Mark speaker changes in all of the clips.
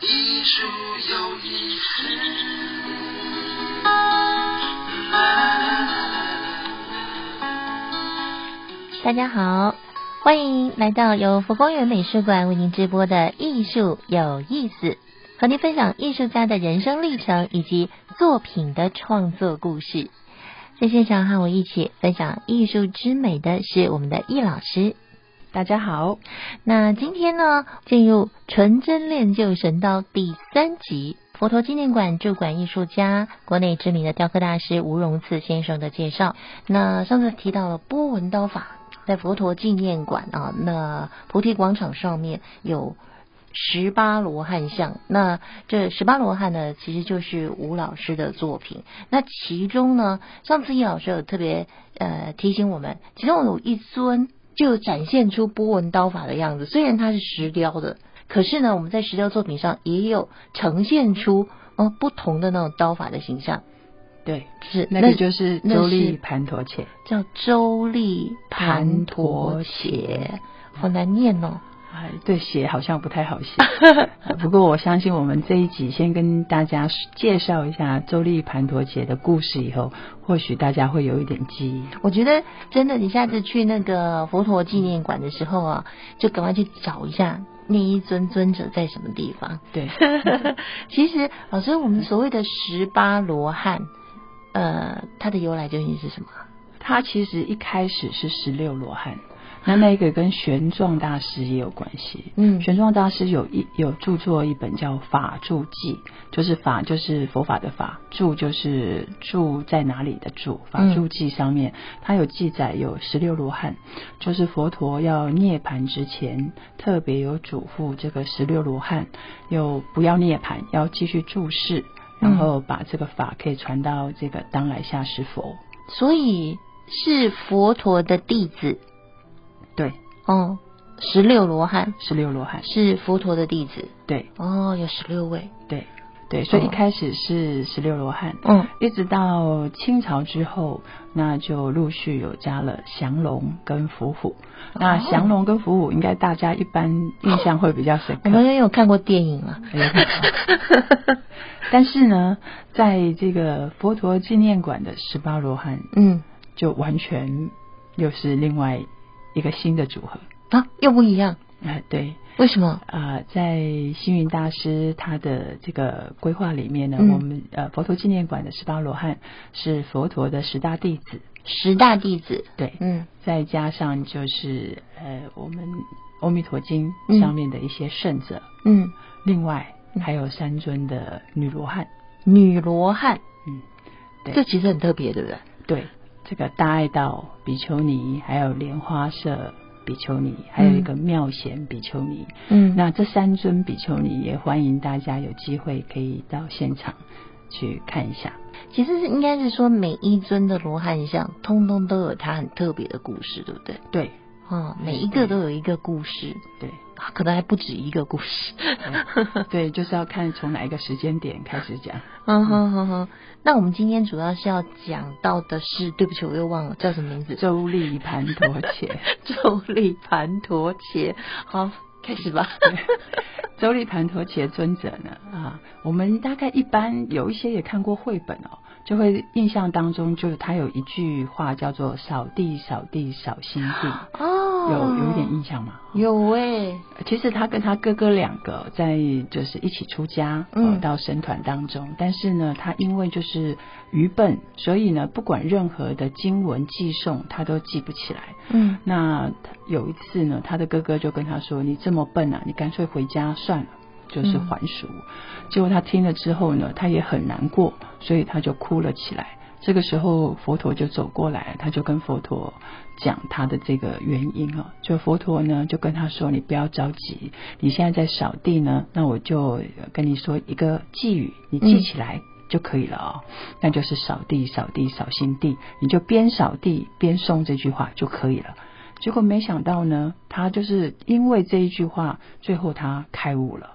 Speaker 1: 艺术有意思。
Speaker 2: 大家好，欢迎来到由佛光园美术馆为您直播的《艺术有意思》，和您分享艺术家的人生历程以及作品的创作故事。在现场和我一起分享艺术之美的是我们的易老师。
Speaker 3: 大家好，
Speaker 2: 那今天呢，进入《纯真练就神道》第三集，佛陀纪念馆驻馆艺术家、国内知名的雕刻大师吴荣次先生的介绍。那上次提到了波纹刀法，在佛陀纪念馆啊，那菩提广场上面有十八罗汉像。那这十八罗汉呢，其实就是吴老师的作品。那其中呢，上次易老师有特别呃提醒我们，其中有一尊就展现出波纹刀法的样子。虽然它是石雕的，可是呢，我们在石雕作品上也有呈现出呃不同的那种刀法的形象。
Speaker 3: 对，
Speaker 2: 是
Speaker 3: 那个就是
Speaker 2: 那
Speaker 3: 周
Speaker 2: 是
Speaker 3: 丽盘陀切，
Speaker 2: 叫周丽盘陀鞋，好难念哦。
Speaker 3: 哎，对写好像不太 好写，不过我相信我们这一集先跟大家介绍一下周丽盘陀切的故事，以后或许大家会有一点记忆。
Speaker 2: 我觉得真的，你下次去那个佛陀纪念馆的时候啊，就赶快去找一下那一尊尊者在什么地 方。
Speaker 3: 对，
Speaker 2: 其实，老师，我们所谓的十八罗汉，呃，它的由来究竟是什么？
Speaker 3: 他其实一开始是十六罗汉，那那个跟玄奘大师也有关系。
Speaker 2: 嗯
Speaker 3: 玄奘大师有一有著作一本叫《法住记》，就是法就是佛法的法，住就是住在哪里的住。法住记上面，它有记载有十六罗汉，就是佛陀要涅盘之前，特别有嘱咐这个十六罗汉，有不要涅盘，要继续注视，然后把这个法可以传到这个当来下是佛。
Speaker 2: 所以是佛陀的弟子
Speaker 3: 对，
Speaker 2: 哦，十六罗汉
Speaker 3: 十六罗汉，
Speaker 2: 是佛陀的弟子
Speaker 3: 对
Speaker 2: 哦，有十六位，
Speaker 3: 对对，所以
Speaker 2: 哦
Speaker 3: 一开始是十六罗汉，
Speaker 2: 嗯
Speaker 3: 一直到清朝之后，那就陆续有加了降龙跟伏虎。那
Speaker 2: 哦
Speaker 3: 降龙跟伏虎，应该大家一般印象会比较深
Speaker 2: 我
Speaker 3: 刻。
Speaker 2: 们也有看过电影啊，
Speaker 3: 哎但是呢，在这个佛陀纪念馆的十八罗汉，
Speaker 2: 嗯
Speaker 3: 就完全又是另外一个新的组合。
Speaker 2: 啊，又不一样，
Speaker 3: 哎、对，
Speaker 2: 为什么？
Speaker 3: 啊、在星云大师他的这个规划里面呢，
Speaker 2: 嗯
Speaker 3: 我们呃佛陀纪念馆的十八罗汉是佛陀的十大弟子，
Speaker 2: 十大弟子，
Speaker 3: 对，
Speaker 2: 嗯
Speaker 3: 再加上就是呃我们《阿弥陀经
Speaker 2: 嗯》
Speaker 3: 上面的一些圣者，
Speaker 2: 嗯，
Speaker 3: 另外
Speaker 2: 嗯
Speaker 3: 还有三尊的女罗汉，
Speaker 2: 女罗汉，
Speaker 3: 嗯，对
Speaker 2: 这其实很特别，对不对？
Speaker 3: 对，这个大爱道比丘尼，还有莲花社比丘尼，还有一个妙贤比丘尼，
Speaker 2: 嗯
Speaker 3: 那这三尊比丘尼也欢迎大家有机会可以到现场去看一下。
Speaker 2: 其实是应该是说每一尊的罗汉像，通通都有它很特别的故事，对不对？
Speaker 3: 对
Speaker 2: 哦，每一个都有一个故事，
Speaker 3: 对
Speaker 2: 啊可能还不止一个故事。
Speaker 3: 对，就是要看从哪一个时间点开始讲。
Speaker 2: 嗯哼哼哼，那我们今天主要是要讲到的是，对不起，我又忘了叫什么名字，
Speaker 3: 周立盘陀切，
Speaker 2: 周立盘陀伽。好，开始吧。
Speaker 3: 周立盘陀切尊者呢啊，我们大概一般有一些也看过绘本哦，就会印象当中就是他有一句话叫做“扫地扫地扫心地”，
Speaker 2: 哦，
Speaker 3: 有有一点印象吗？
Speaker 2: 有哎、
Speaker 3: 其实他跟他哥哥两个在就是一起出家，
Speaker 2: 嗯
Speaker 3: 呃到神团当中。但是呢，他因为就是愚笨，所以呢，不管任何的经文寄送，他都记不起来。
Speaker 2: 嗯
Speaker 3: 那他有一次呢，他的哥哥就跟他说：“你这么笨啊，你干脆回家算了。”就是还俗，结果他听了之后呢，他也很难过，所以他就哭了起来。这个时候，佛陀就走过来，他就跟佛陀讲他的这个原因啊。就佛陀呢，就跟他说：“你不要着急，你现在在扫地呢，那我就呃跟你说一个寄语，你记起来就可以了哦。那就是扫地，扫地，扫心地，你就边扫地边诵这句话就可以了。”结果没想到呢，他就是因为这一句话，最后他开悟了。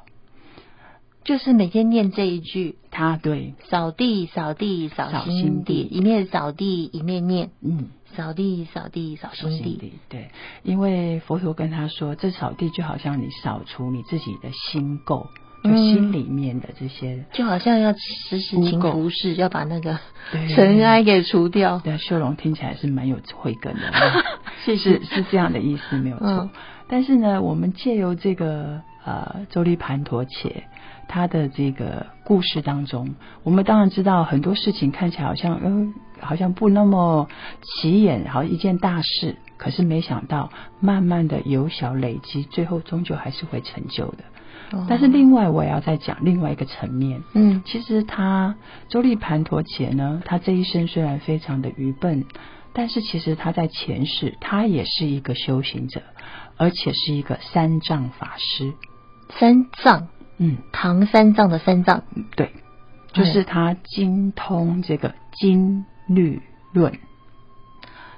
Speaker 2: 就是每天念这一句，
Speaker 3: 他对，
Speaker 2: 扫地扫地扫
Speaker 3: 扫
Speaker 2: 心
Speaker 3: 心
Speaker 2: 地，
Speaker 3: 地
Speaker 2: 一面扫地一面念，
Speaker 3: 嗯，
Speaker 2: 扫地扫地扫
Speaker 3: 扫
Speaker 2: 心地。
Speaker 3: 地，对，因为佛陀跟他说，这扫地就好像你扫除你自己的心垢，就
Speaker 2: 嗯
Speaker 3: 心里面的这些
Speaker 2: 就好像要时时勤拂拭，要把那个
Speaker 3: 对
Speaker 2: 尘埃给除掉。
Speaker 3: 对，修容听起来是蛮有慧根 的，
Speaker 2: 哦谢谢
Speaker 3: 是是这样的意思，没有错。
Speaker 2: 嗯
Speaker 3: 但是呢，我们借由这个呃周利盘陀且他的这个故事当中，我们当然知道很多事情看起来好像嗯、好像不那么起眼，好像一件大事，可是没想到慢慢的由小累积，最后终究还是会成就的。
Speaker 2: 哦
Speaker 3: 但是另外我也要再讲另外一个层面，
Speaker 2: 嗯
Speaker 3: 其实他周利盘陀且呢，他这一生虽然非常的愚笨，但是其实他在前世他也是一个修行者，而且是一个三藏法师。
Speaker 2: 三藏，
Speaker 3: 嗯，
Speaker 2: 唐三藏的三藏，
Speaker 3: 对，就是他精通这个经律论。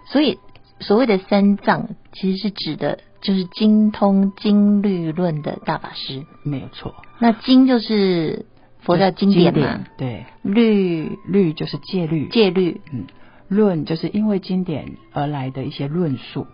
Speaker 2: 所以所谓的三藏其实是指的就是精通经律论的大法师。
Speaker 3: 没有错，
Speaker 2: 那经就是佛教经典嘛，
Speaker 3: 对，
Speaker 2: 律
Speaker 3: 律就是戒律，
Speaker 2: 戒律，
Speaker 3: 嗯，论就是因为经典而来的一些论述，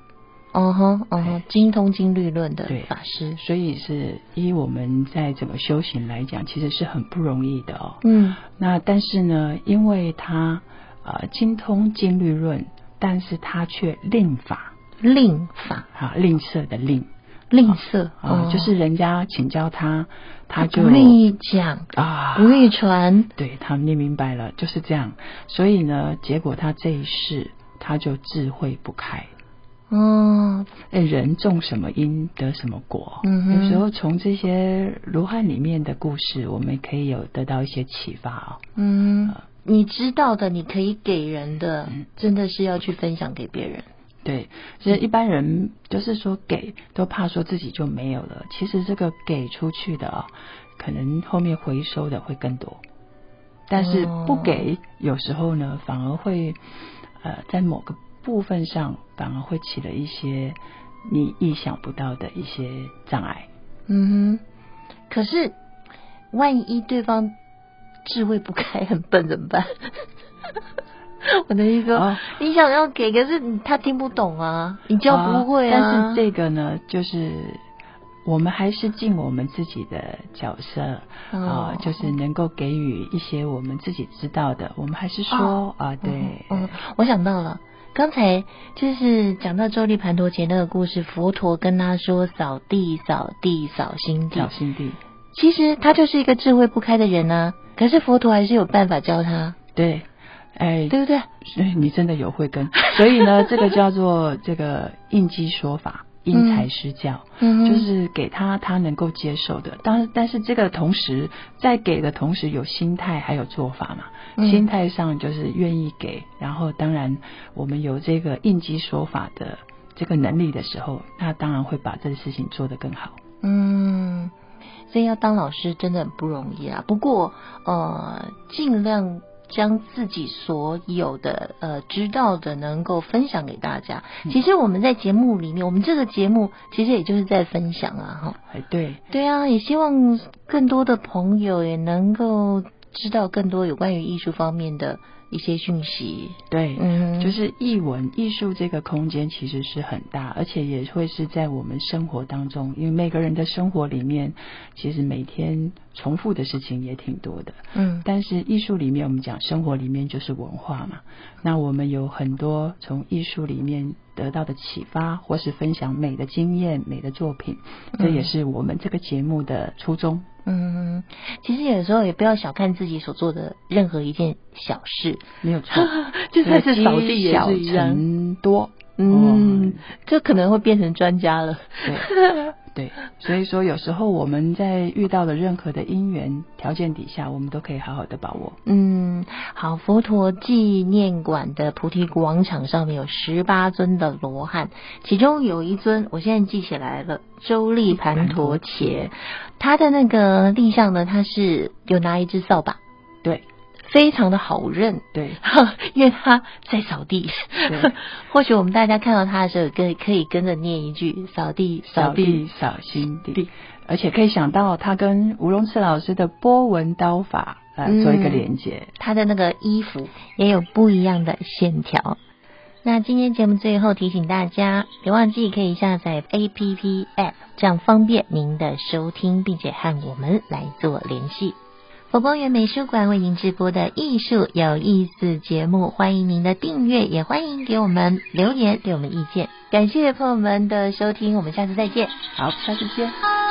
Speaker 2: 哦哼哦哼，精通经律论的
Speaker 3: 对
Speaker 2: 法师，
Speaker 3: 所以是依我们在整个修行来讲，其实是很不容易的哦。
Speaker 2: 嗯
Speaker 3: 那但是呢，因为他呃精通经律论，但是他却吝法
Speaker 2: 令法
Speaker 3: 啊，吝啬的吝
Speaker 2: 吝啬
Speaker 3: 啊，
Speaker 2: 哦
Speaker 3: 就是人家请教他，他就
Speaker 2: 不愿意讲，
Speaker 3: 啊，
Speaker 2: 不愿意传，
Speaker 3: 对他你明白了，就是这样。所以呢，结果他这一世他就智慧不开。
Speaker 2: 哦，
Speaker 3: 哎，人种什么因得什么果。
Speaker 2: 嗯哼
Speaker 3: 有时候从这些罗汉里面的故事，我们可以有得到一些启发哦。
Speaker 2: 嗯，你知道的，你可以给人的，
Speaker 3: 嗯
Speaker 2: 真的是要去分享给别人，
Speaker 3: 对，其实一般人就是说给都怕说自己就没有了，其实这个给出去的啊、可能后面回收的会更多，但是不给有时候呢，反而会呃在某个部分上反而会起了一些你意想不到的一些障碍。
Speaker 2: 嗯哼，可是万一对方智慧不开，很笨怎么办？ 我的意思说，
Speaker 3: 哦
Speaker 2: 你想要给，可是你他听不懂啊，你教不会啊。
Speaker 3: 哦但是这个呢，就是我们还是尽我们自己的角色啊、
Speaker 2: 哦
Speaker 3: 就是能够给予一些我们自己知道的，我们还是说啊、
Speaker 2: 哦
Speaker 3: 对，
Speaker 2: 嗯，我想到了，刚才就是讲到周立盘陀杰那个故事，佛陀跟他说扫地、扫地、扫心地
Speaker 3: 小，心地，
Speaker 2: 其实他就是一个智慧不开的人啊。可是佛陀还是有办法教他，
Speaker 3: 对，哎，
Speaker 2: 对不对？
Speaker 3: 所以你真的有慧根，所以呢，这个叫做这个应激说法，因材施教。
Speaker 2: 嗯哼
Speaker 3: 就是给他他能够接受的，当但是这个同时在给的同时有心态还有做法嘛，
Speaker 2: 嗯
Speaker 3: 心态上就是愿意给，然后当然我们有这个应激说法的这个能力的时候，那当然会把这个事情做得更好。
Speaker 2: 嗯，所以要当老师真的很不容易啊。不过呃，尽量将自己所有的呃知道的能够分享给大家。其实我们在节目里面，我们这个节目其实也就是在分享啊，哈。
Speaker 3: 哎，对，
Speaker 2: 对啊，也希望更多的朋友也能够知道更多有关于艺术方面的一些讯息。
Speaker 3: 对，
Speaker 2: 嗯
Speaker 3: 就是艺文艺术这个空间其实是很大，而且也会是在我们生活当中，因为每个人的生活里面，其实每天重复的事情也挺多的。
Speaker 2: 嗯
Speaker 3: 但是艺术里面，我们讲生活里面就是文化嘛。那我们有很多从艺术里面得到的启发，或是分享美的经验、美的作品，这也是我们这个节目的初衷。
Speaker 2: 嗯，其实有时候也不要小看自己所做的任何一件小事，，
Speaker 3: 没有错
Speaker 2: 就算是扫地也
Speaker 3: 小
Speaker 2: 是一样
Speaker 3: 成多。
Speaker 2: 嗯
Speaker 3: 哦，
Speaker 2: 这可能会变成专家了。
Speaker 3: 对 对，所以说有时候我们在遇到的任何的因缘条件底下，我们都可以好好的把握。
Speaker 2: 嗯，好，佛陀纪念馆的菩提广场上面有十八尊的罗汉，其中有一尊我现在记起来了，周利盘陀伽，他的那个立像呢，他是有拿一只扫把，
Speaker 3: 对
Speaker 2: 非常的好认。
Speaker 3: 对
Speaker 2: 因为他在扫地
Speaker 3: 对，
Speaker 2: 或许我们大家看到他的时候，跟可以跟着念一句“扫地，扫
Speaker 3: 扫
Speaker 2: 地
Speaker 3: 地扫心
Speaker 2: 地
Speaker 3: 地，而且可以想到他跟吴荣次老师的波纹刀法呃
Speaker 2: 嗯
Speaker 3: 做一个连接。
Speaker 2: 他的那个衣服也有不一样的线条。那今天节目最后提醒大家，别忘记可以下载 APP App，这样方便您的收听，并且和我们来做联系。佛光园美术馆为您直播的艺术有意思节目，欢迎您的订阅，也欢迎给我们留言，给我们意见。感谢朋友们的收听，我们下次再见。
Speaker 3: 好，下次见。
Speaker 1: 啊。